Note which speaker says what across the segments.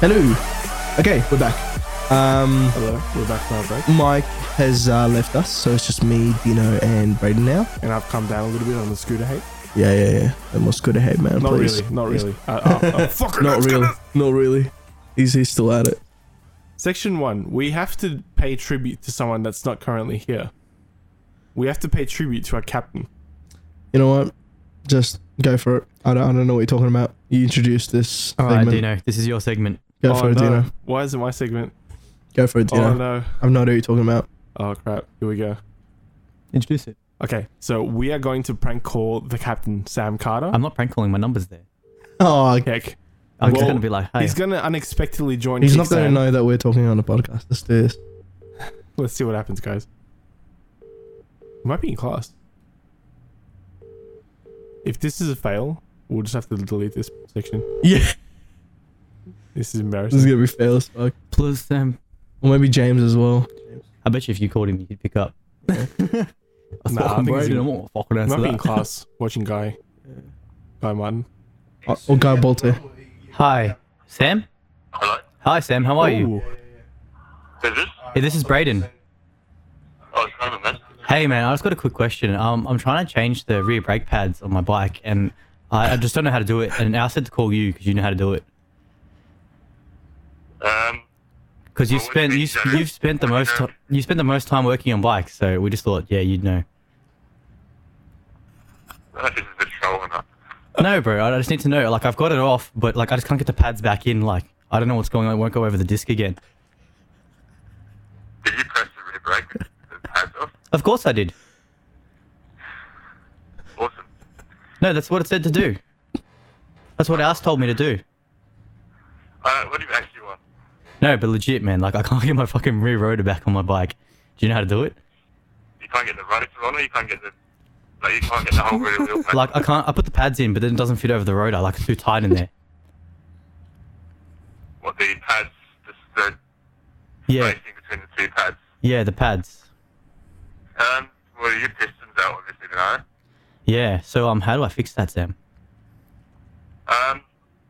Speaker 1: Hello. Okay, we're back. Um,
Speaker 2: Hello, we're back from our break,
Speaker 1: Mike has uh, left us, so it's just me, Dino, and Braden now.
Speaker 2: and I've come down a little bit on the scooter hate.
Speaker 1: Yeah, yeah, yeah. That was good ahead, man.
Speaker 2: Not
Speaker 1: please.
Speaker 2: really, not
Speaker 1: Please.
Speaker 2: really. Uh, uh, uh, fucker,
Speaker 1: Not
Speaker 2: let's go.
Speaker 1: really. Not really. He's, he's still at it.
Speaker 2: Section one: We have to pay tribute to someone that's not currently here. We have to pay tribute to our captain.
Speaker 1: You know what? Just go for it. I don't, I don't know what you're talking about. You introduced this
Speaker 3: All right,
Speaker 1: segment.
Speaker 3: Dino, this is your segment.
Speaker 1: Go
Speaker 2: oh,
Speaker 1: for it,
Speaker 2: no.
Speaker 1: Dino.
Speaker 2: Why is it my segment?
Speaker 1: Go for it, Dino.
Speaker 2: Oh no!
Speaker 1: I have no idea what you're talking about.
Speaker 2: Oh crap! Here we go.
Speaker 3: Introduce it.
Speaker 2: Okay, so we are going to prank call the captain, Sam
Speaker 1: Uh,
Speaker 2: Carter.
Speaker 3: I'm not prank calling. My number's there.
Speaker 1: Oh,
Speaker 2: Heck,
Speaker 3: I'm
Speaker 2: Well,
Speaker 3: just gonna be like, hey,
Speaker 2: he's gonna unexpectedly join.
Speaker 1: he's not going to
Speaker 2: Kickstand.
Speaker 1: know that we're talking on a podcast. Let's do this.
Speaker 2: Let's see what happens, guys. We might be in class. If this is a fail, we'll just have to delete this section.
Speaker 1: Yeah.
Speaker 2: This is
Speaker 1: This is
Speaker 2: embarrassing.
Speaker 1: going to be fail as fuck.
Speaker 3: plus
Speaker 2: um,
Speaker 3: Sam.
Speaker 1: Or maybe James as well.
Speaker 3: I bet you if you called him, he'd pick up. I
Speaker 2: Nah, I
Speaker 3: fucking
Speaker 2: think he's
Speaker 3: Brayden,
Speaker 2: gonna-
Speaker 3: I won't fucking
Speaker 2: We
Speaker 3: answer
Speaker 2: might be in
Speaker 3: that.
Speaker 2: class watching Guy. Guy Martin.
Speaker 1: Or, or Guy Bolter.
Speaker 3: Hi, Sam.
Speaker 4: Hello.
Speaker 3: Hi, Sam. How are you?
Speaker 2: Ooh,
Speaker 4: Who's this?
Speaker 3: Hey, this is Brayden.
Speaker 4: Oh, it's Roman, man.
Speaker 3: Hey, man, I just got a quick question. Um, I'm trying to change the rear brake pads on my bike, and I, I just don't know how to do it. And I said to call you because you know how to do it.
Speaker 4: Um,
Speaker 3: Because you've
Speaker 4: Well,
Speaker 3: spent
Speaker 4: we-
Speaker 3: Oh, you, s- you've spent the most ti- you spent the most time working on bikes, so we just thought, yeah, you'd know.
Speaker 4: I don't know if this is a troll or not.
Speaker 3: No, bro. I just need to know. Like, I've got it off, but like, I just can't get the pads back in. Like, I don't know what's going on. It won't go over the disc again.
Speaker 4: Did you press the rear brake? with The pads off?
Speaker 3: Of course I did.
Speaker 4: Awesome.
Speaker 3: No, that's what it said to do. That's what ours told me to do.
Speaker 4: Uh, what do you actually want?
Speaker 3: No, but legit, man. Like, I can't get my fucking rear rotor back on my bike. Do you know how to do it?
Speaker 4: You can't get the rotor on, or you can't get the like you can't get the whole rear wheel. back
Speaker 3: Like, I
Speaker 4: on?
Speaker 3: can't. I put the pads in, but then it doesn't fit over the rotor. Like, it's too tight in there.
Speaker 4: What the pads? This the
Speaker 3: Yeah,
Speaker 4: spacing between the two pads.
Speaker 3: yeah, the pads.
Speaker 4: Um, well, your pistons out obviously, you know.
Speaker 3: Yeah. So, um, how do I fix that, Sam?
Speaker 4: Um,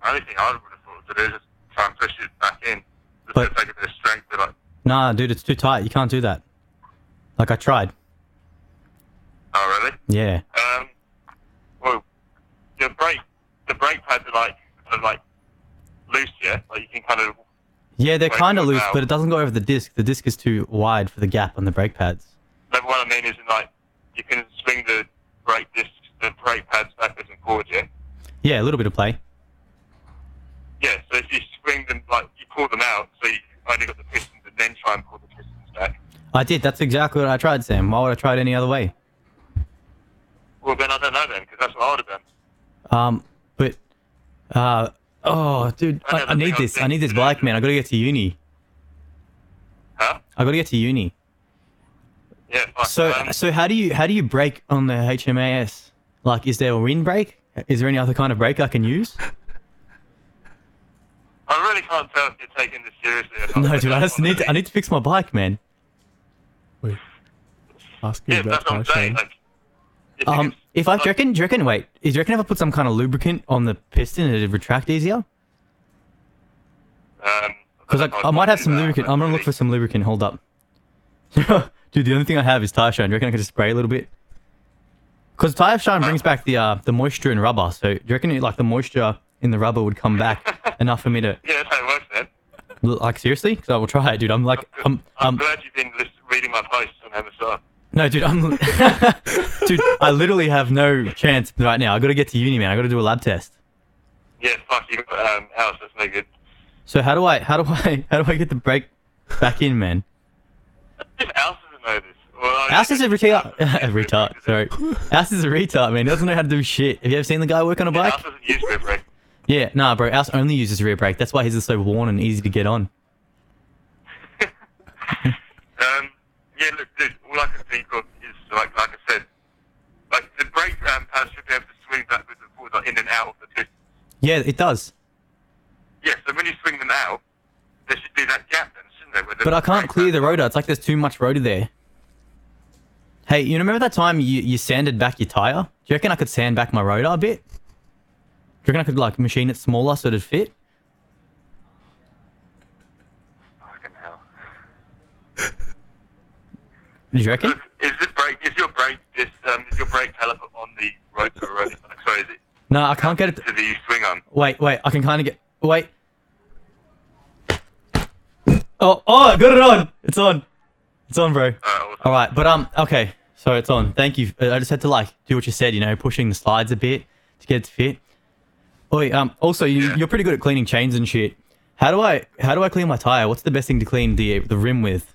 Speaker 4: only thing I would have thought to do is just try and push it back in. Just
Speaker 3: But-
Speaker 4: to take a bit of strength to like.
Speaker 3: Nah, dude, it's too tight. You can't do that. Like, I tried.
Speaker 4: Oh, really?
Speaker 3: Yeah.
Speaker 4: Um, well, the brake, the brake pads are like, are like loose, yeah. Like you can kind of.
Speaker 3: Yeah, they're
Speaker 4: Like,
Speaker 3: kind of
Speaker 4: what
Speaker 3: loose,
Speaker 4: about-
Speaker 3: but it doesn't go over the disc. The disc is too wide for the gap on the brake pads.
Speaker 4: Like what I mean is, like you can swing the brake discs, the brake pads backwards and forwards, yeah.
Speaker 3: Yeah, a little bit of play.
Speaker 4: Yeah. So if you swing them, like you pull them out, so you only got the pistons, and then try and pull the pistons back.
Speaker 3: I did. That's exactly what I tried, Sam. Why would I try it any other way?
Speaker 4: Well, then I don't know then, because that's what I would have done.
Speaker 3: Um, but, uh, oh, dude, I, I need this. I need this bike, man. I gotta get to uni.
Speaker 4: Huh?
Speaker 3: I gotta get to uni.
Speaker 4: Yeah. Fine.
Speaker 3: So,
Speaker 4: um,
Speaker 3: so how do you how do you brake on the HMAS? Like, is there a wind brake? Is there any other kind of brake I can use?
Speaker 4: I really can't tell if you're taking this seriously. Or not.
Speaker 3: No, dude. I just need to, I need to fix my bike, man.
Speaker 2: wait. Ask me
Speaker 4: Yeah,
Speaker 2: about
Speaker 4: that's what I'm
Speaker 2: Guy
Speaker 4: saying.
Speaker 2: Shane.
Speaker 4: Like, if you
Speaker 3: Um,
Speaker 4: can-
Speaker 3: if I do
Speaker 4: like-
Speaker 3: you reckon, do you reckon, wait, do you reckon if I put some kind of lubricant on the piston, it'd retract easier?
Speaker 4: Um,
Speaker 3: Because
Speaker 4: Because
Speaker 3: I, I might have some lubricant. I'm gonna look for some lubricant. Hold up. Dude, the only thing I have is tire shine. Do you reckon I can just spray a little bit? Because tire shine brings back the uh, the moisture in rubber. So do you reckon it, like the moisture in the rubber would come back enough for me to
Speaker 4: Yeah, that's how it works, man.
Speaker 3: like seriously? Because I will try it, dude. I'm like I'm
Speaker 4: I'm
Speaker 3: um
Speaker 4: glad you've been list- reading my posts on Amazon.
Speaker 3: no, dude. I'm dude. I literally have no chance right now. I gotta get to uni, man. I gotta do a lab test.
Speaker 4: Yeah, fuck you, um, Alice, that's no good.
Speaker 3: So how do I how do I how do I get the brake back in, man?
Speaker 4: If Alice doesn't know this. Well, I-
Speaker 3: Ours is a retard. a retard, sorry. Ours is a retard, man. He doesn't know how to do shit. Have you ever seen the guy work on a
Speaker 4: Yeah,
Speaker 3: bike?
Speaker 4: Alice doesn't use rear brake.
Speaker 3: Yeah, nah, bro. Ours only uses rear brake. That's why his is so worn and easy to get on.
Speaker 4: Um, yeah, look, dude, all I can think of is, like like I said, like the brake um, pads should be able to swing backwards and forwards, like in and out of the piston.
Speaker 3: Yeah, it does.
Speaker 4: Yeah, so when you swing them out, there should be that gap then, shouldn't there? where the
Speaker 3: But I can't
Speaker 4: brake
Speaker 3: clear
Speaker 4: pads-
Speaker 3: the rotor. It's like there's too much rotor there. Hey, you remember that time you, you sanded back your tire? Do you reckon I could sand back my rotor a bit? Do you reckon I could like machine it smaller so it'd fit? Do you reckon?
Speaker 4: Look, is the brake? Is your brake this? Um, is your brake caliper on the rotor already? Like, sorry, is it
Speaker 3: No, I can't get it.
Speaker 4: to the swing arm?
Speaker 3: Wait, wait. I can kind of get. Wait. Oh, oh! I got it on. It's on. It's on, bro.
Speaker 4: Uh, also,
Speaker 3: All right, but um, okay, so it's on. Thank you. I just had to like do what you said, you know, pushing the slides a bit to get it to fit. Oi, um, also you,
Speaker 4: Yeah.
Speaker 3: you're pretty good at cleaning chains and shit. How do I how do I clean my tire? What's the best thing to clean the the rim with?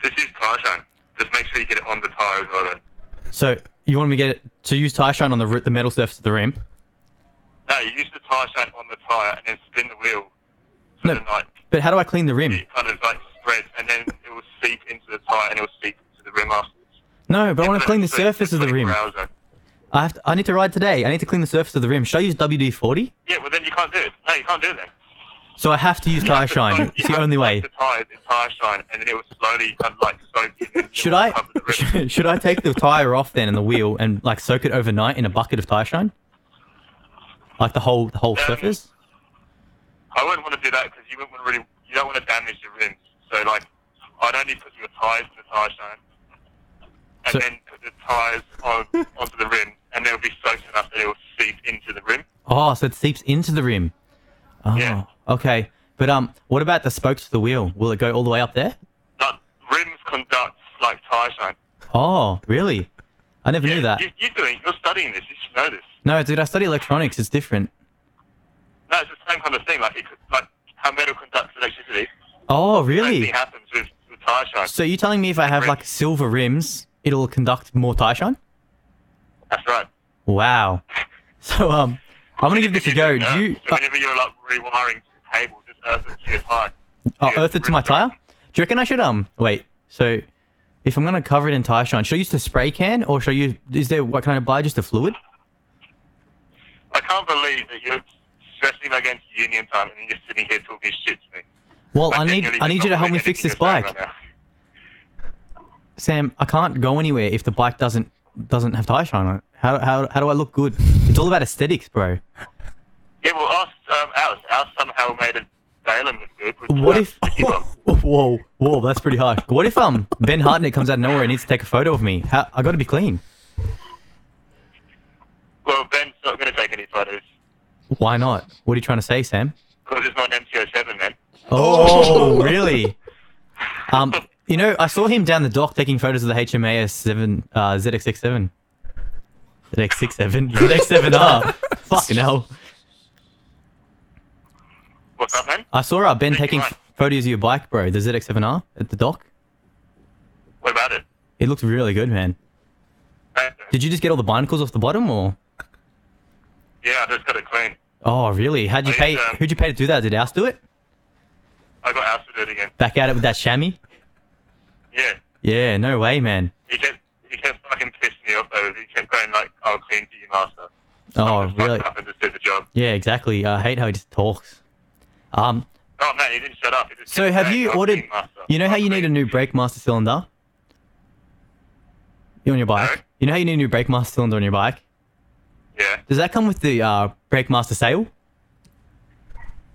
Speaker 4: This is tire shine. Just make sure you get it on the tire as well. Then.
Speaker 3: So you want me to get it to use tire shine on the ri- the metal surface of the rim?
Speaker 4: No, you use the tire shine on the tire and then spin the wheel. So
Speaker 3: No.
Speaker 4: then, like,
Speaker 3: But how do I clean the rim?
Speaker 4: it kind of like spreads and then it will seep into the tire and it will seep into the rim afterwards.
Speaker 3: No, but I want to
Speaker 4: But
Speaker 3: clean the
Speaker 4: it's-
Speaker 3: surface of
Speaker 4: it's
Speaker 3: the
Speaker 4: like
Speaker 3: rim.
Speaker 4: browser.
Speaker 3: I have to, I need to ride today. I need to clean the surface of the rim. Should I use WD forty?
Speaker 4: Yeah, well then you can't do it. No, you can't do it then.
Speaker 3: So I have to use tire shine.
Speaker 4: You
Speaker 3: It's the
Speaker 4: have
Speaker 3: only
Speaker 4: to
Speaker 3: way.
Speaker 4: take The tire, the tire shine, and then it will slowly kind of like soak in. and it
Speaker 3: Should
Speaker 4: will
Speaker 3: I
Speaker 4: cover the rim.
Speaker 3: should I take the tire off then and the wheel and like soak it overnight in a bucket of tire shine? Like the whole the whole
Speaker 4: Um,
Speaker 3: surface?
Speaker 4: I wouldn't want to do that because you wouldn't want to really, you don't want to damage the rims. So like, I'd only put your tires in the tire shine, and
Speaker 3: So-
Speaker 4: then put the tires on onto the rim, and they'll be soaked enough that it will seep into the rim.
Speaker 3: Oh, so it seeps into the rim. Oh,
Speaker 4: Yeah.
Speaker 3: okay. But um, what about the spokes of the wheel? Will it go all the way up there?
Speaker 4: Like rims conduct like tire shine.
Speaker 3: Oh, really? I never knew that.
Speaker 4: You, you're doing, you're studying this. You should know this.
Speaker 3: No, dude, I study electronics. It's different.
Speaker 4: No, it's the same kind of thing. Like it, could- like how metal conducts electricity.
Speaker 3: Oh,
Speaker 4: Same
Speaker 3: really?
Speaker 4: thing happens with, with tire shine.
Speaker 3: So you're telling me if I have
Speaker 4: Rims.
Speaker 3: like silver rims, it'll conduct more tire shine?
Speaker 4: That's right.
Speaker 3: Wow. So um, I'm gonna give this a go. Do you? uh,
Speaker 4: So uh, whenever you're like rewiring cables, just earth it to your tire.
Speaker 3: Oh,
Speaker 4: Yeah,
Speaker 3: earth it to my
Speaker 4: rim
Speaker 3: tire?
Speaker 4: shine.
Speaker 3: Do you reckon I should um wait, so if I'm gonna cover it in tire shine, should I use the spray can or should I use is there what kind of buy just a fluid?
Speaker 4: I can't believe that you're stressing against union time and you're sitting here talking shit to me.
Speaker 3: Well
Speaker 4: Like,
Speaker 3: I need I
Speaker 4: genuinely just
Speaker 3: need you
Speaker 4: not
Speaker 3: to help me
Speaker 4: believe
Speaker 3: fix this
Speaker 4: anything you're saying
Speaker 3: bike.
Speaker 4: right now.
Speaker 3: Sam, I can't go anywhere if the bike doesn't doesn't have tire shine on it. How how how do I look good? It's all about aesthetics, bro.
Speaker 4: yeah, well, ask um, Alice. Alice somehow made a Salem look good. which,
Speaker 3: What
Speaker 4: uh,
Speaker 3: if
Speaker 4: you got-
Speaker 3: Whoa, whoa, that's pretty harsh. What if um Ben Hartnett comes out of nowhere and needs to take a photo of me? How, I gotta be clean.
Speaker 4: well, Ben's not going to take any photos
Speaker 3: Why not? What are you trying to say, Sam?
Speaker 4: because it's not an MTO7, man.
Speaker 3: Oh, really? Um, you know, I saw him down the dock taking photos of the HMAS seven uh, ZX67. ZX67, ZX7R. Fucking hell!
Speaker 4: What's up, man?
Speaker 3: I saw uh, Ben
Speaker 4: Thank you,
Speaker 3: taking
Speaker 4: mate.
Speaker 3: photos of your bike, bro. The ZX7R at the dock.
Speaker 4: What about it?
Speaker 3: It looked really good, man. Did you just get all the barnacles off the bottom, or?
Speaker 4: yeah, I just got it clean.
Speaker 3: Oh, really? How'd you
Speaker 4: I,
Speaker 3: pay?
Speaker 4: um,
Speaker 3: Who'd you pay to do that? Did Ouse do it?
Speaker 4: I got Alice to do it again.
Speaker 3: Back at it with that chamois?
Speaker 4: Yeah,
Speaker 3: Yeah, no way, man.
Speaker 4: he kept, he kept fucking pissing me off though. He kept going like, I'll clean for you, master.
Speaker 3: Oh,
Speaker 4: Just fucked
Speaker 3: really?
Speaker 4: Up and just did the job.
Speaker 3: Yeah, exactly. I hate how he just talks. Um,
Speaker 4: Oh man, he didn't shut up. He just
Speaker 3: So
Speaker 4: kept
Speaker 3: have
Speaker 4: saying,
Speaker 3: you
Speaker 4: "I'll
Speaker 3: ordered?
Speaker 4: clean, master.
Speaker 3: You know how
Speaker 4: I'll
Speaker 3: you need a
Speaker 4: clean."
Speaker 3: new brake master cylinder on your bike.
Speaker 4: Sorry?
Speaker 3: You know how you need a new brake master cylinder on your bike.
Speaker 4: Yeah,
Speaker 3: Does that come with the uh, brake master sale?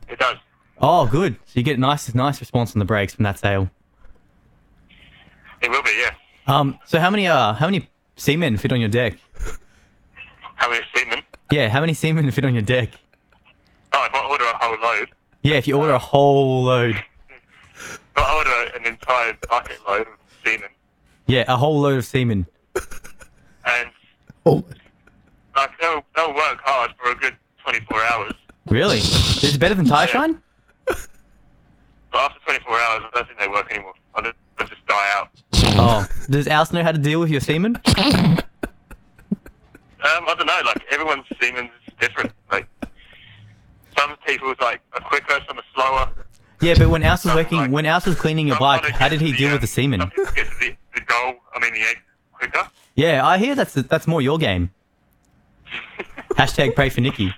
Speaker 4: it does.
Speaker 3: Oh, good. So you get a nice, nice response on the brakes from that sale.
Speaker 4: It will be, yeah.
Speaker 3: Um, so how many uh, how many seamen fit on your deck?
Speaker 4: How many seamen?
Speaker 3: Yeah, how many seamen fit on your deck?
Speaker 4: Oh, if I order a whole load,
Speaker 3: Yeah, if you order a whole load.
Speaker 4: if I order an entire bucket load of semen,
Speaker 3: Yeah, a whole load of seamen.
Speaker 4: and
Speaker 1: Oh,
Speaker 4: like they'll they'll work hard for a good 24 hours.
Speaker 3: Really? Is it better than tire shine?
Speaker 4: But after 24 hours, I don't think they work anymore. I just, I just die out.
Speaker 3: Oh, does Alice know how to deal with your semen?
Speaker 4: Um, I don't know. Like everyone's semen is different. Like some people's like are quicker, some are slower.
Speaker 3: Yeah, but when Alice was
Speaker 4: No,
Speaker 3: working,
Speaker 4: like-
Speaker 3: when Alice was cleaning your
Speaker 4: Some wanna
Speaker 3: bike, how
Speaker 4: get
Speaker 3: did
Speaker 4: to
Speaker 3: he deal
Speaker 4: um,
Speaker 3: with the semen?
Speaker 4: Some people get to the, the goal. I mean the egg quicker.
Speaker 3: Yeah, I hear that's that's more your game. Hashtag pray for Nikki.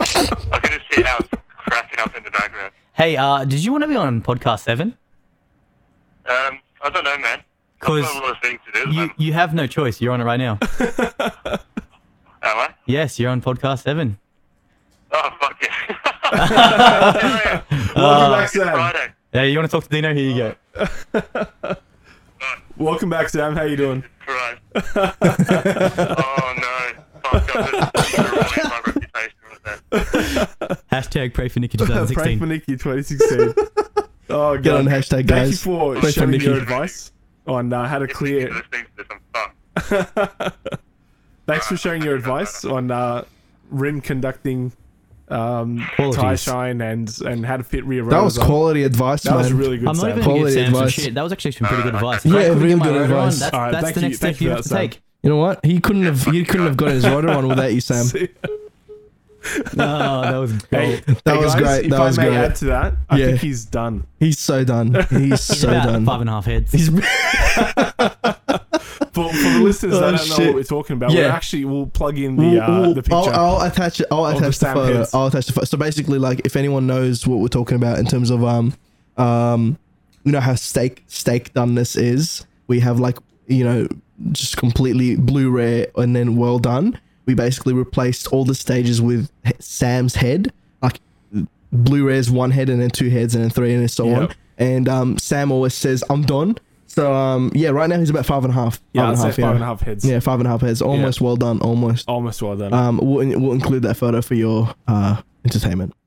Speaker 4: I can just hear Alice cracking up in the background.
Speaker 3: Hey, uh, did you want to be on podcast seven?
Speaker 4: Um, I don't know, man. I've
Speaker 3: 'Cause
Speaker 4: got a lot of things to do. at the
Speaker 3: You
Speaker 4: moment.
Speaker 3: you have no choice. You're on it right now.
Speaker 4: Am I?
Speaker 3: Yes, you're on podcast seven.
Speaker 4: Oh fuck yeah!
Speaker 2: Welcome back, Sam.
Speaker 4: Friday.
Speaker 3: um, Hey, you want to talk to Dino? Here you go.
Speaker 4: Bye.
Speaker 2: Welcome back, Sam. How you doing?
Speaker 4: Right. oh no. Fuck, I've just ruined my reputation right there.
Speaker 3: Hashtag pray for Nikki
Speaker 2: Prank for
Speaker 3: 2016.
Speaker 2: Nikki 2016 oh, God.
Speaker 1: Get on hashtag,
Speaker 2: Thank you
Speaker 1: guys.
Speaker 2: for
Speaker 3: for
Speaker 2: sharing your
Speaker 3: Nikki.
Speaker 2: advice on uh, how to
Speaker 4: If
Speaker 2: clear.
Speaker 4: you're listening to this, I'm fucked.
Speaker 2: Thanks for sharing your advice on uh, rim conducting, um, tie
Speaker 3: Qualities.
Speaker 2: shine, and and how to fit rear
Speaker 1: That
Speaker 2: rollers
Speaker 1: was
Speaker 2: on.
Speaker 1: quality advice,
Speaker 2: That
Speaker 1: man.
Speaker 2: was really good.
Speaker 3: I'm not
Speaker 2: Sam.
Speaker 3: even going to give
Speaker 1: Quality
Speaker 3: Sam
Speaker 1: advice.
Speaker 3: some shit. That was actually some pretty good advice.
Speaker 1: Yeah,
Speaker 3: I couldn't
Speaker 1: real
Speaker 3: get my
Speaker 1: good
Speaker 3: rotor on.
Speaker 1: advice.
Speaker 3: That's,
Speaker 2: Alright,
Speaker 3: that's
Speaker 2: thank
Speaker 3: the
Speaker 2: you-
Speaker 3: next
Speaker 2: thank
Speaker 3: step
Speaker 2: you
Speaker 3: you
Speaker 2: for
Speaker 3: have to
Speaker 2: that, Sam.
Speaker 3: take.
Speaker 1: You know what? He couldn't have. He couldn't have got his rider on without you, Sam.
Speaker 3: No, that was
Speaker 2: Hey,
Speaker 3: great.
Speaker 1: That
Speaker 2: hey
Speaker 1: was
Speaker 2: guys,
Speaker 1: great,
Speaker 2: If
Speaker 1: that
Speaker 2: I
Speaker 1: was
Speaker 2: may
Speaker 1: great.
Speaker 2: add to that, I
Speaker 1: Yeah.
Speaker 2: think he's done.
Speaker 1: He's so done. He's
Speaker 3: He's
Speaker 1: so
Speaker 3: about
Speaker 1: done.
Speaker 3: five and a half heads.
Speaker 1: He's
Speaker 2: For, for the listeners
Speaker 1: Oh,
Speaker 2: that don't know
Speaker 1: shit.
Speaker 2: what we're talking about,
Speaker 1: Yeah.
Speaker 2: we'll actually we'll plug in the uh,
Speaker 1: We'll-
Speaker 2: the picture.
Speaker 1: I'll, I'll attach. I'll
Speaker 2: the
Speaker 1: attach the,
Speaker 2: Sam
Speaker 1: photo.
Speaker 2: Hits.
Speaker 1: I'll attach the photo. So basically, like, if anyone knows what we're talking about in terms of um, um, you know how steak steak doneness is, we have like you know just completely blue rare and then well done. We basically replaced all the stages with he- Sam's head, like blue rare's one head and then two heads and then three and then so
Speaker 2: Yep.
Speaker 1: on. And um, Sam always says, "I'm done." So um, yeah, right now he's about five and a half.
Speaker 2: yeah, I'd
Speaker 1: and a
Speaker 2: say
Speaker 1: half,
Speaker 2: five and a half heads.
Speaker 1: Yeah, five and a half heads. Almost well done. Almost.
Speaker 2: Almost well done.
Speaker 1: Um, we'll, we'll include that photo for your uh, entertainment.